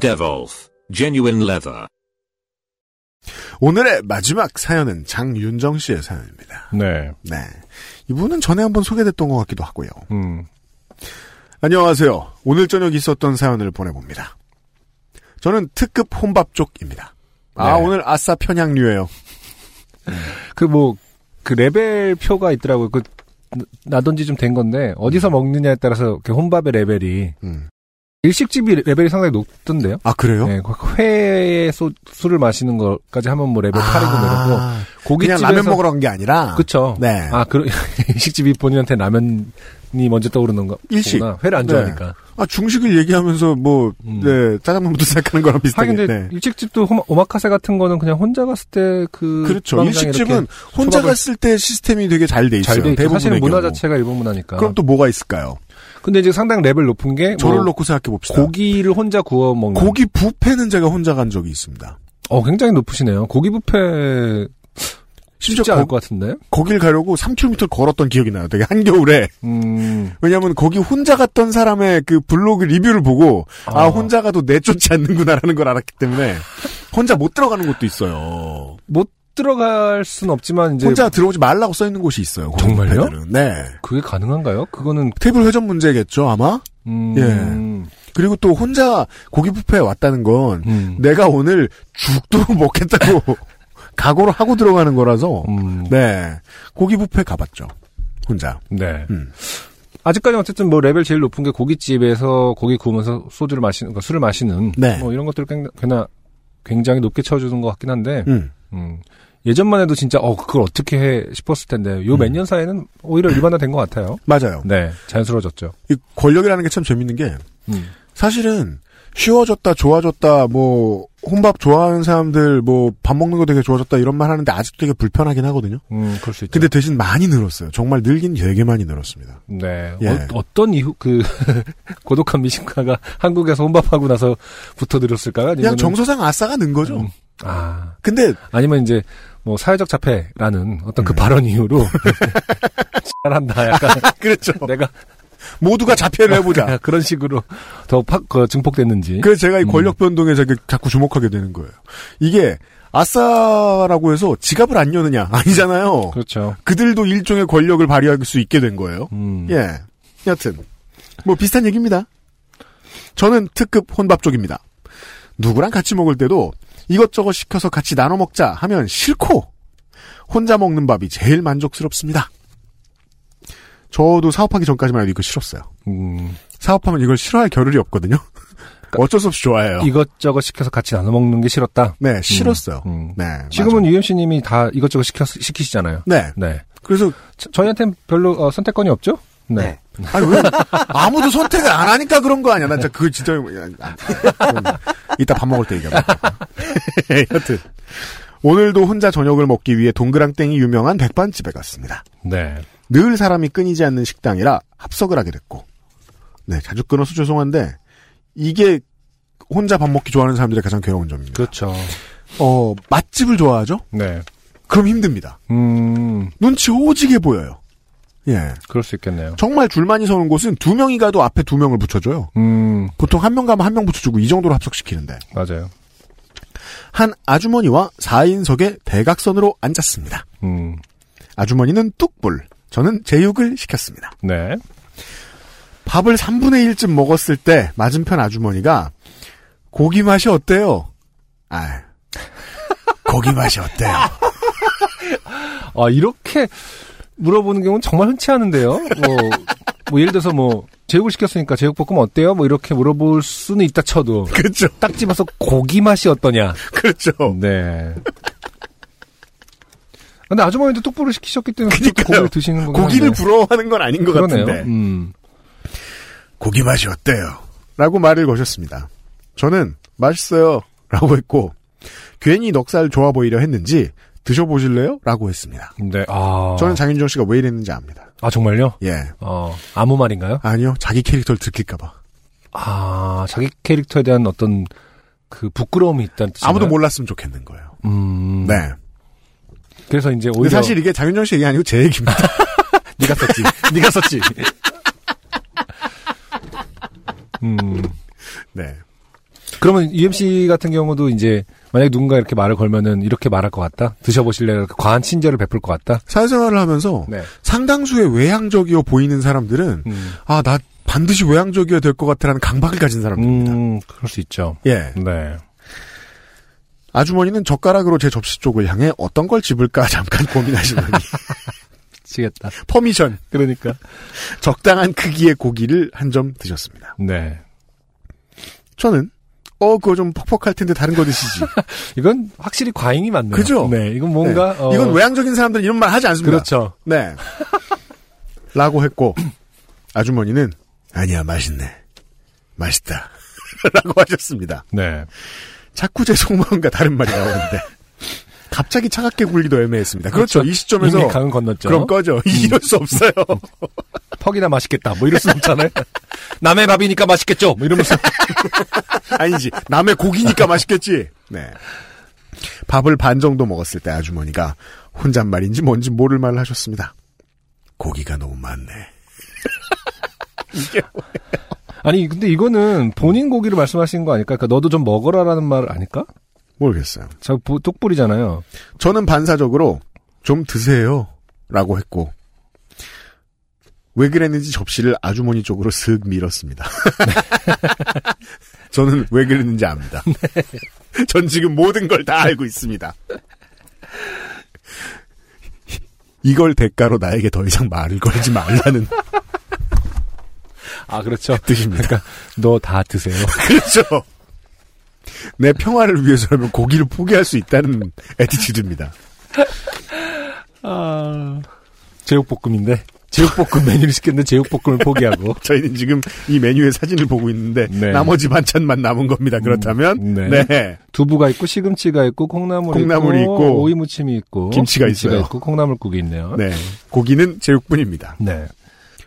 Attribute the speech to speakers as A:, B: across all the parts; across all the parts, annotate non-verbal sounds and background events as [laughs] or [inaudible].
A: Devolf, genuine leather.
B: 오늘의 마지막 사연은 장윤정 씨의 사연입니다.
C: 네.
B: 네. 이분은 전에 한번 소개됐던 것 같기도 하고요.
C: 음.
B: 안녕하세요. 오늘 저녁 있었던 사연을 보내봅니다. 저는 특급 혼밥 쪽입니다. 아,
C: 네.
B: 오늘 아싸 편향류예요.
C: 그 뭐, 그 레벨 표가 있더라고요. 그, 나던지 좀 된 건데, 어디서 먹느냐에 따라서 그 혼밥의 레벨이,
B: 음.
C: 일식집이 레벨이 상당히 높던데요?
B: 아, 그래요?
C: 네, 그 회에 소, 술을 마시는 것까지 하면 뭐 레벨 8이고 내렸고,
B: 아, 그냥
C: 고깃집에서.
B: 라면 먹으러 간 게 아니라.
C: 그쵸.
B: 네.
C: 아, 그, [laughs] 일식집이 본인한테 라면이 먼저 떠오르는 거.
B: 일식.
C: 거구나. 회를 안
B: 네.
C: 좋아하니까.
B: 아, 중식을 얘기하면서 뭐,
C: 음.
B: 네, 짜장면부터 [laughs] 시작하는 거랑 비슷하게.
C: 하긴 아, 근데
B: 네.
C: 일식집도 호마- 오마카세 같은 거는 그냥 혼자 갔을 때그
B: 그렇죠. 일식집은 혼자
C: 초밥을-
B: 갔을 때 시스템이 되게 잘 돼 있어요.
C: 잘돼 있죠.
B: 대부분의
C: 사실은 문화
B: 경우.
C: 자체가 일본 문화니까.
B: 그럼 또 뭐가 있을까요?
C: 근데 이제 상당 레벨 높은 게
B: 저를
C: 뭐
B: 놓고 생각해 봅시다.
C: 고기를 혼자 구워 먹는.
B: 고기 뷔페는 제가 혼자 간 적이 있습니다.
C: 어 굉장히 높으시네요. 고기 뷔페
B: 심지어
C: 쉽지 않을
B: 거-
C: 것 같은데.
B: 거길 가려고 3km 걸었던 기억이 나요. 되게 한겨울에.
C: 음.
B: 왜냐면 거기 혼자 갔던 사람의 그 블로그 리뷰를 보고 아,
C: 아.
B: 혼자 가도 내쫓지 않는구나라는 걸 알았기 때문에 혼자 못 들어가는 곳도 있어요.
C: 못 들어갈 순 없지만 이제
B: 혼자 들어오지 말라고 써 있는 곳이 있어요. 거기
C: 정말요?
B: 뷔페는. 네.
C: 그게 가능한가요? 그거는
B: 테이블 회전 문제겠죠, 아마?
C: 음.
B: 예. 그리고 또 혼자 고기 뷔페에 왔다는 건
C: 음.
B: 내가 오늘 죽도록 먹겠다고 [laughs] 각오를 하고 들어가는 거라서
C: 음,
B: 네 고기 뷔페 가봤죠 혼자
C: 네.
B: 음.
C: 아직까지 어쨌든 뭐 레벨 제일 높은 게 고깃집에서 고기 구우면서 소주를 마시는, 그러니까 술을 마시는
B: 네.
C: 뭐 이런 것들 굉장히, 굉장히 높게 쳐주는 것 같긴 한데
B: 음.
C: 음. 예전만 해도 진짜 어 그걸 어떻게 해 싶었을 텐데 요 몇 년 사이는 오히려 일반화된 것 같아요.
B: 맞아요
C: 네, 자연스러워졌죠.
B: 이 권력이라는 게 참 재밌는 게
C: 음.
B: 사실은 쉬워졌다 좋아졌다 뭐 혼밥 좋아하는 사람들 뭐 밥 먹는 거 되게 좋아졌다 이런 말 하는데 아직도 되게 불편하긴 하거든요
C: 음, 그럴 수 있죠.
B: 근데 대신 많이 늘었어요 정말 늘긴 되게 많이 늘었습니다
C: 네,
B: 예.
C: 어, 떤 이유 그 [laughs] 고독한 미식가가 한국에서 혼밥하고 나서 붙어들었을까요?
B: 그냥
C: 아니면
B: 정서상 아싸가 는 거죠
C: 음. 아
B: [laughs] 근데
C: 아니면 이제 뭐 사회적 자폐라는 어떤 그 발언 이후로 [laughs] 잘한다 약간 [laughs]
B: 그렇죠
C: 내가
B: 모두가 자폐를 [laughs] 해보자
C: 그런 식으로 더 팍, 그 증폭됐는지.
B: 그래서 제가 이
C: 음.
B: 권력 변동에 자꾸, 자꾸 주목하게 되는 거예요. 이게 아싸라고 해서 지갑을 안 여느냐 아니잖아요.
C: 렇죠
B: 그들도 일종의 권력을 발휘할 수 있게 된 거예요.
C: 음.
B: 예, 여튼 뭐 비슷한 얘기입니다. 저는 특급 혼밥 쪽입니다. 누구랑 같이 먹을 때도 이것저것 시켜서 같이 나눠 먹자 하면 싫고 혼자 먹는 밥이 제일 만족스럽습니다. 저도 사업하기 전까지만 해도 이거 싫었어요.
C: 음.
B: 사업하면 이걸 싫어할 겨를이 없거든요. [laughs] 어쩔 수 없이 좋아해요.
C: 이것저것 시켜서 같이 나눠 먹는 게 싫었다.
B: 네, 싫었어요.
C: 음.
B: 네.
C: 지금은
B: 맞아요.
C: UMC님이 다 이것저것 시켜, 시키시잖아요.
B: 네.
C: 네.
B: 그래서
C: 저, 저희한테는 별로 어, 선택권이 없죠? 네.
B: 아니 왜 아무도 선택을 안 하니까 그런 거 아니야? 난 진짜 그 진짜 야, 안 돼. 그건 이따 밥 먹을 때 얘기하자. [laughs] 여튼 오늘도 혼자 저녁을 먹기 위해 동그랑땡이 유명한 백반집에 갔습니다.
C: 네.
B: 늘 사람이 끊이지 않는 식당이라 합석을 하게 됐고. 네, 자주 끊어서 죄송한데 이게 혼자 밥 먹기 좋아하는 사람들의 가장 괴로운 점입니다.
C: 그렇죠.
B: 어, 맛집을 좋아하죠?
C: 네.
B: 그럼 힘듭니다.
C: 음,
B: 눈치 오지게 보여요. 예.
C: 그럴 수 있겠네요.
B: 정말 줄 많이 서는 곳은 두 명이 가도 앞에 두 명을 붙여줘요.
C: 음,
B: 보통 한 명 가면 한 명 붙여주고 이 정도로 합석시키는데
C: 맞아요.
B: 한 아주머니와 4인석의 대각선으로 앉았습니다.
C: 음,
B: 아주머니는 뚝불, 저는 제육을 시켰습니다.
C: 네.
B: 밥을 3분의 1쯤 먹었을 때 맞은편 아주머니가 고기 맛이 어때요? 아, 고기 맛이 어때요? [laughs]
C: 아, 이렇게 물어보는 경우는 정말 흔치 않은데요. 뭐, 뭐 예를 들어서 뭐, 제육을 시켰으니까 제육볶음 어때요? 뭐, 이렇게 물어볼 수는 있다 쳐도.
B: 그렇죠,
C: 딱 집어서 고기 맛이 어떠냐.
B: 그렇죠.
C: 네. 근데 아주머니도 똑바로 시키셨기 때문에 그렇게
B: 그러니까요.
C: 고기를 드시는 거긴
B: 고기를
C: 한데. 음.
B: 부러워하는 건 아닌 것
C: 그러네요.
B: 같은데
C: 음.
B: 고기 맛이 어때요? 라고 말을 거셨습니다. 저는 맛있어요. 라고 했고, 괜히 넉살 좋아 보이려 했는지 드셔보실래요? 라고 했습니다.
C: 네. 아.
B: 저는 장윤정 씨가 왜 이랬는지 압니다.
C: 아, 정말요?
B: 예.
C: 어, 아무 말인가요?
B: 아니요. 자기 캐릭터를 들킬까봐.
C: 아, 자기 캐릭터에 대한 어떤 그 부끄러움이 있다는 뜻인가요?
B: 아무도 몰랐으면 좋겠는 거예요.
C: 음.
B: 네.
C: 그래서 이제 오히려
B: 근데 사실 이게 장윤정 씨 얘기 아니고 제
C: [laughs]
B: 얘기입니다. 네가 썼지. 네가 썼지.
C: 음.
B: 네.
C: 그러면 UMC 같은 경우도 이제 만약에 누군가 이렇게 말을 걸면은 이렇게 말할 것 같다. 드셔보실래요? 이렇게 과한 친절을 베풀 것 같다.
B: 사회생활을 하면서
C: 네.
B: 상당수의 외향적이어 보이는 사람들은
C: 음.
B: 아 나 반드시 외향적이어야 될 것 같아라는 강박을 가진 사람들입니다.
C: 음, 그럴 수 있죠.
B: 예.
C: 네.
B: 아주머니는 젓가락으로 제 접시 쪽을 향해 어떤 걸 집을까 [laughs] 잠깐 고민하시더니
C: 지겠다.
B: 퍼미션
C: 그러니까.
B: 적당한 크기의 고기를 한 점 드셨습니다.
C: 네.
B: 저는 어 그거 좀 퍽퍽할 텐데 다른 거 드시지.
C: 이건 확실히 과잉이 맞네요.
B: 그죠?
C: 네. 이건 [laughs] 뭔가.
B: 네.
C: 어,
B: 이건 외향적인 사람들은 이런 말 하지 않습니다.
C: 그렇죠.
B: 네. [laughs] 라고 했고, 아주머니는, 아니야, 맛있네. 맛있다. [laughs] 라고 하셨습니다.
C: 네.
B: 자꾸 제 속마음과 다른 말이 나오는데. 갑자기 차갑게 굴기도 애매했습니다. 그렇죠.
C: 그렇죠.
B: 이 시점에서.
C: 이미 강은 건넜죠. 음.
B: 그럼 꺼져. [laughs] 이럴 수 없어요.
C: 퍽이나 맛있겠다. 뭐 이럴 수 없잖아요. [laughs] 남의 밥이니까 맛있겠죠. 뭐 이러면서.
B: 아니지. 남의 고기니까 맛있겠지. 네. 밥을 반 정도 먹었을 때 아주머니가 혼잣말인지 뭔지 모를 말을 하셨습니다. 고기가 너무 많네.
C: 아니 근데 이거는 본인 고기를 말씀하시는 거 아닐까? 그러니까 너도 좀 먹어라라는 말 아닐까?
B: 모르겠어요.
C: 저 보- 똑불이잖아요.
B: 저는 반사적으로 좀 드세요 라고 했고 왜 그랬는지 접시를 아주머니 쪽으로 슥 밀었습니다. [laughs] 저는 왜 그랬는지 압니다. [laughs] 전 지금 모든 걸 다 알고 있습니다. 이걸 대가로 나에게 더 이상 말을 걸지 말라는 [laughs]
C: 아 그렇죠.
B: 뜻입니다.
C: 너 다 [laughs] 드세요.
B: 그렇죠. 내 평화를 위해서라면 고기를 포기할 수 있다는 에티튜드입니다.
C: 아. 제육볶음인데 제육볶음 메뉴를 시켰는데 제육볶음을 포기하고.
B: 저희는 지금 이 메뉴의 사진을 보고 있는데
C: 네.
B: 나머지 반찬만 남은 겁니다. 그렇다면
C: 음,
B: 네.
C: 네. [laughs] 두부가 있고 시금치가 있고 콩나물이,
B: 콩나물이 있고,
C: 오이 무침이 있고
B: 김치가 있어요.
C: 고 콩나물국이 있네요.
B: 네. 고기는 제육뿐입니다.
C: 네.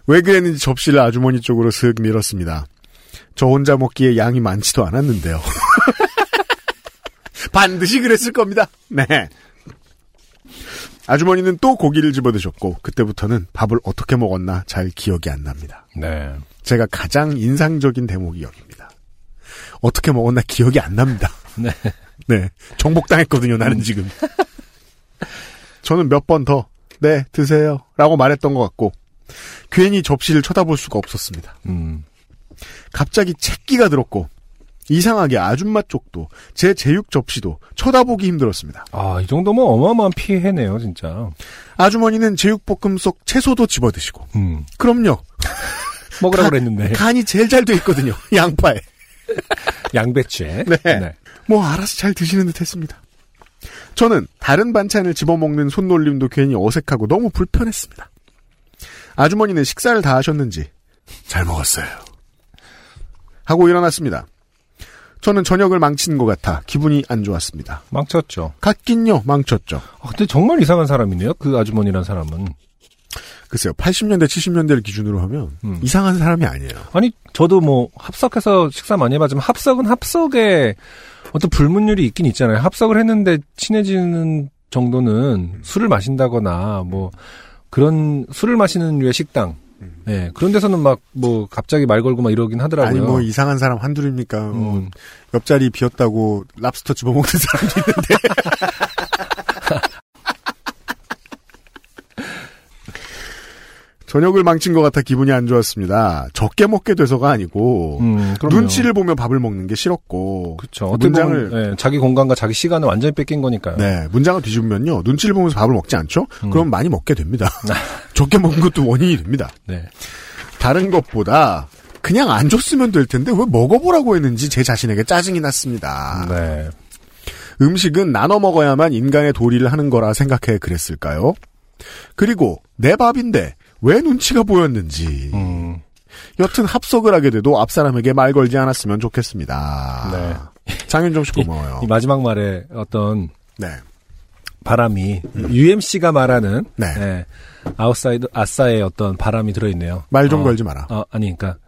B: 왜 그랬는지 접시를 아주머니 쪽으로 슥 밀었습니다. 저 혼자 먹기에 양이 많지도 않았는데요. [laughs] 반드시 그랬을 겁니다. 네. 아주머니는 또 고기를 집어드셨고 그때부터는 밥을 어떻게 먹었나 잘 기억이 안 납니다.
C: 네.
B: 제가 가장 인상적인 대목이 여기입니다. 어떻게 먹었나 기억이 안 납니다.
C: 네.
B: 네. 정복당했거든요, 나는 지금. 저는 몇 번 더, 네, 드세요. 라고 말했던 것 같고, 괜히 접시를 쳐다볼 수가 없었습니다.
C: 음.
B: 갑자기 채끼가 들었고, 이상하게 아줌마 쪽도, 제 제육 접시도 쳐다보기 힘들었습니다.
C: 아, 이 정도면 어마어마한 피해네요, 진짜.
B: 아주머니는 제육볶음 속 채소도 집어 드시고,
C: 음.
B: 그럼요.
C: 먹으라고
B: 가-
C: [laughs] 그랬는데.
B: 간이 제일 잘 돼 있거든요. [laughs] 양파에.
C: 양배추에.
B: 네. 뭐 알아서 잘 드시는 듯 했습니다. 저는 다른 반찬을 집어먹는 손놀림도 괜히 어색하고 너무 불편했습니다. 아주머니는 식사를 다 하셨는지 잘 먹었어요. 하고 일어났습니다. 저는 저녁을 망친 것 같아 기분이 안 좋았습니다.
C: 망쳤죠.
B: 같긴요 망쳤죠.
C: 아, 근데 정말 이상한 사람이네요. 그 아주머니란 사람은.
B: 글쎄요 80년대 70년대를 기준으로 하면
C: 음.
B: 이상한 사람이 아니에요.
C: 아니 저도 뭐 합석해서 식사 많이 해봤지만 합석은 합석에 어떤 불문율이 있긴 있잖아요. 합석을 했는데 친해지는 정도는 술을 마신다거나 뭐 그런 술을 마시는 류의 식당. 예, 그런 데서는 막 뭐 갑자기 말 걸고 막 이러긴 하더라고요.
B: 아니 뭐 이상한 사람 한둘입니까? 어,
C: 음,
B: 옆자리 비었다고 랍스터 집어먹는 사람이 있는데. [laughs] 저녁을 망친 것 같아 기분이 안 좋았습니다. 적게 먹게 돼서가 아니고
C: 음, 그럼요.
B: 눈치를 보며 밥을 먹는 게 싫었고
C: 그렇죠. 어떻게
B: 문장을-
C: 보면 예, 자기 공간과 자기 시간을 완전히 뺏긴 거니까요.
B: 네 문장을 뒤집으면요 눈치를 보면서 밥을 먹지 않죠?
C: 음.
B: 그럼 많이 먹게
C: [laughs]
B: 됩니다. 적게 먹은 것도 원인이 됩니다.
C: 네.
B: 다른 것보다 그냥 안 줬으면 될 텐데 왜 먹어보라고 했는지 제 자신에게 짜증이 났습니다.
C: 네.
B: 음식은 나눠 먹어야만 인간의 도리를 하는 거라 생각해 그랬을까요? 그리고 내 밥인데 왜 눈치가 보였는지
C: 음.
B: 여튼 합석을 하게 돼도 앞사람에게 말 걸지 않았으면 좋겠습니다. 장윤정 씨 고마워요.
C: 네. 이 마지막 말에 어떤
B: 네.
C: 바람이 UMC가 말하는
B: 음. 네.
C: 예, 아웃사이드 아싸의 어떤 바람이 들어있네요.
B: 말 좀
C: 어,
B: 걸지 마라.
C: 어, 아니 그러니까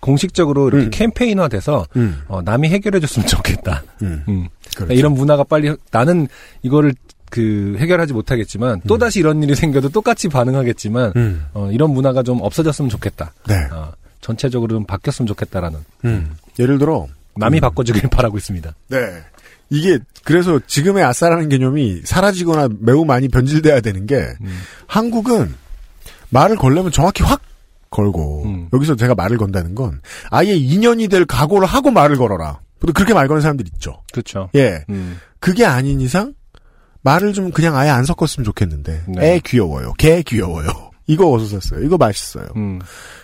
C: 공식적으로 이렇게
B: 음.
C: 캠페인화돼서
B: 음,
C: 어, 남이 해결해줬으면 좋겠다.
B: 음.
C: 음.
B: 그렇죠.
C: 이런 문화가 빨리 나는 이거를 그 해결하지 못하겠지만 또 다시 이런 일이 생겨도 똑같이 반응하겠지만
B: 음.
C: 어, 이런 문화가 좀 없어졌으면 좋겠다.
B: 네.
C: 어, 전체적으로 좀 바뀌었으면 좋겠다라는
B: 음. 예를 들어 음.
C: 남이 바꿔주길 [laughs] 바라고 있습니다.
B: 네. 이게 그래서 지금의 아싸라는 개념이 사라지거나 매우 많이 변질돼야 되는 게
C: 음.
B: 한국은 말을 걸려면 정확히 확 걸고
C: 음.
B: 여기서 제가 말을 건다는 건 아예 인연이 될 각오를 하고 말을 걸어라. 근데 그렇게 말 거는 사람들 있죠.
C: 그렇죠.
B: 예.
C: 음.
B: 그게 아닌 이상 말을 좀 그냥 아예 안 섞었으면 좋겠는데
C: 네.
B: 애 귀여워요. 개 귀여워요. [laughs] 이거 어디서 샀어요? 이거 맛있어요.
C: 음.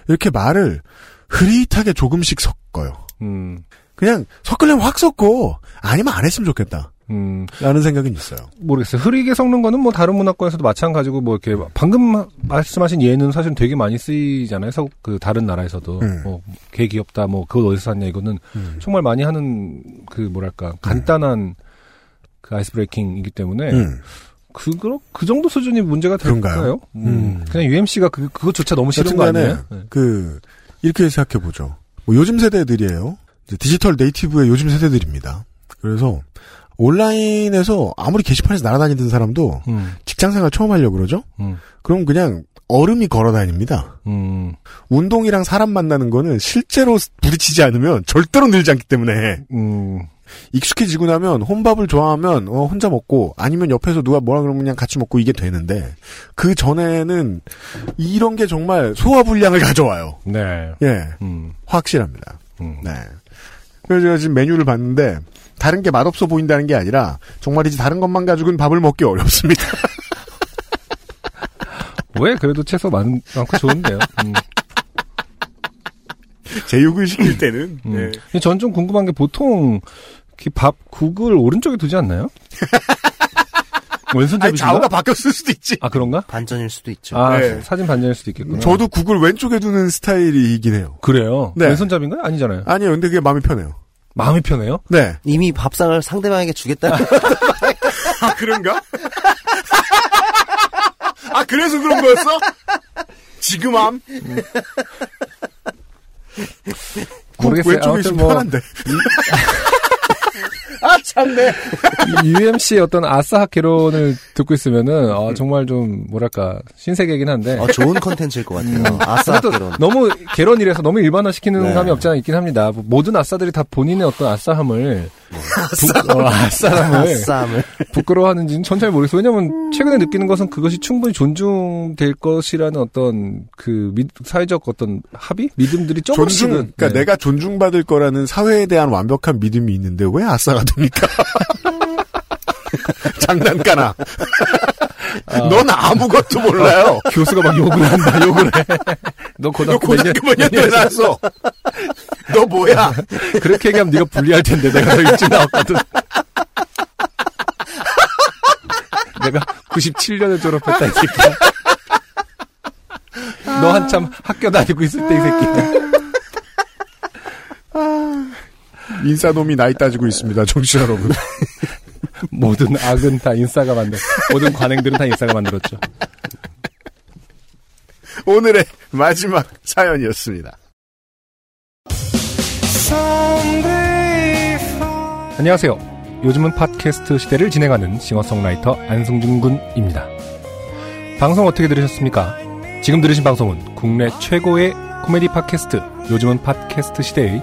B: 이렇게 말을 흐릿하게 조금씩 섞어요.
C: 음.
B: 그냥 섞으려면 확 섞고 아니면 안 했으면 좋겠다.
C: 음.
B: 라는 생각은 있어요.
C: 모르겠어요. 흐리게 섞는 거는 뭐 다른 문화권에서도 마찬가지고 뭐 이렇게 방금 마- 말씀하신 예는 사실 되게 많이 쓰이잖아요. 서- 그 다른 나라에서도
B: 음.
C: 뭐개 귀엽다 뭐 그걸 어디서 샀냐 이거는
B: 음.
C: 정말 많이 하는 그 뭐랄까 간단한 그 아이스 브레이킹이기 때문에
B: 음.
C: 그거 그 정도 수준이 문제가
B: 그런가요?
C: 될까요? 음.
B: 음.
C: 그냥 UMC가 그 그것조차 너무 싫은 거
B: 여튼간에
C: 아니에요? 네.
B: 그 이렇게 생각해 보죠. 뭐 요즘 세대들이에요. 이제 디지털 네이티브의 요즘 세대들입니다. 그래서 온라인에서 아무리 게시판에서 날아다니던 사람도
C: 음.
B: 직장 생활 처음 하려고 그러죠?
C: 음.
B: 그럼 그냥 얼음이 걸어 다닙니다.
C: 음.
B: 운동이랑 사람 만나는 거는 실제로 부딪히지 않으면 절대로 늘지 않기 때문에
C: 음.
B: 익숙해지고 나면 혼밥을 좋아하면 어, 혼자 먹고 아니면 옆에서 누가 뭐라 그러면 그냥 같이 먹고 이게 되는데 그 전에는 이런 게 정말 소화불량을 [laughs] 가져와요.
C: 네.
B: 예,
C: 음.
B: 확실합니다.
C: 음.
B: 네. 그래서 제가 지금 메뉴를 봤는데 다른 게 맛없어 보인다는 게 아니라 정말이지 다른 것만 가지고는 밥을 먹기 어렵습니다. [laughs]
C: 왜 그래도 채소 많, 많고 좋은데요. 음.
B: 제육을 시킬 때는
C: 음.
B: 예.
C: 전 좀 궁금한 게 보통 이렇게 밥 국을 오른쪽에 두지 않나요?
B: 아니
C: 왼손잡이인가?
B: 좌우가 바뀌었을 수도 있지.
C: 아 그런가?
A: 반전일 수도 있죠.
C: 아
B: 네.
C: 사진 반전일 수도 있겠구나.
B: 저도 국을 왼쪽에 두는 스타일이긴 해요.
C: 그래요.
B: 네.
C: 왼손잡인가요? 아니잖아요.
B: 아니요, 근데 그게 마음이 편해요.
C: 마음이 편해요.
B: 네.
A: 이미 밥상을 상대방에게 주겠다.
C: [laughs]
B: 아 그런가? 아 그래서 그런 거였어? 지금 암? 국
C: 음. 모르겠어요.
B: 왼쪽에
C: 아무튼
B: 있으면
C: 뭐
B: 편한데.
A: 아 참네.
C: UMC의 어떤 아싸 학개론을 듣고 있으면은 아, 정말 좀 뭐랄까 신세계긴 한데
A: 어, 좋은 컨텐츠일 것
C: 음.
A: 같아요. 아싸 그런.
C: 너무 개론이라서 너무 일반화 시키는
A: 네.
C: 감이 없지 않아 있긴 합니다. 뭐, 모든 아싸들이 다 본인의 어떤 아싸함을 어, 아싸함을, 아싸함을
A: 아싸함을.
C: 부끄러워하는지는 천천히 모르겠어요.
B: 음.
C: 왜냐면 최근에 느끼는 것은 그것이 충분히 존중될 것이라는 어떤 그 미- 사회적 어떤 합의? 믿음들이
B: 존중,
C: 조금씩은
B: 그러니까
C: 네.
B: 내가 존중받을 거라는 사회에 대한 완벽한 믿음이 있는데 왜 아싸가 됩니까? [laughs] 장난까나.
C: 아.
B: 넌 아무것도 몰라요.
C: 교수가 막 욕을
B: [laughs]
C: 한다. 욕을 해.
B: 너
C: 너 고등학교
B: 고등학교 몇 년도에
C: 몇년
B: 나왔어?
C: 어.
B: 너 뭐야?
C: 그렇게 얘기하면 네가 불리할 텐데 내가 너 일찍 나왔거든.
B: [laughs]
C: 내가 97년에 졸업했다 이 새끼야.
B: 아.
C: 너 한참 학교 다니고 있을 때 이 새끼야.
B: 인싸놈이 나이 따지고 있습니다, 정신 여러분.
C: 모든 악은 다 인싸가 만들. 모든 관행들은 다 인싸가 만들었죠.
B: 오늘의 마지막 사연이었습니다.
C: 안녕하세요. 요즘은 팟캐스트 시대를 진행하는 싱어송라이터 안승준 군입니다. 방송 어떻게 들으셨습니까? 지금 들으신 방송은 국내 최고의 코미디 팟캐스트 요즘은 팟캐스트 시대의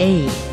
D: A